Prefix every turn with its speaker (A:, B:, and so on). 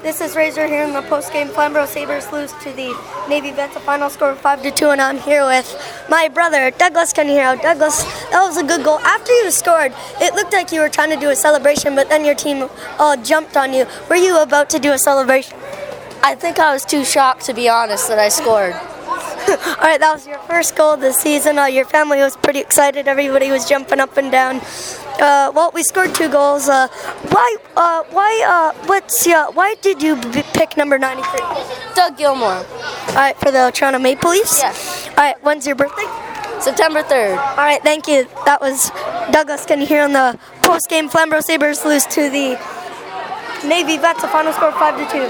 A: This is Razor here in the post-game Flamborough Sabres lose to the Navy Vets, a final score of 5 to 2, and I'm here with my brother, Douglas Cunningham. Douglas, that was a good goal. After you scored, it looked like you were trying to do a celebration, but then your team all jumped on you. Were you about to do a celebration?
B: I think I was too shocked, to be honest, that I scored.
A: all right, that was your first goal of the season. Uh, your family was pretty excited. Everybody was jumping up and down. Uh, well, we scored two goals. Uh, why? Uh, why? Uh, what's? Yeah, why did you b- pick number ninety-three?
B: Doug Gilmore,
A: All right, for the Toronto Maple Leafs.
B: Yes.
A: All right, when's your birthday?
B: September 3rd.
A: All right, thank you. That was Douglas can here on the post-game. Flamborough Sabers lose to the Navy Vets. A final score of five to two.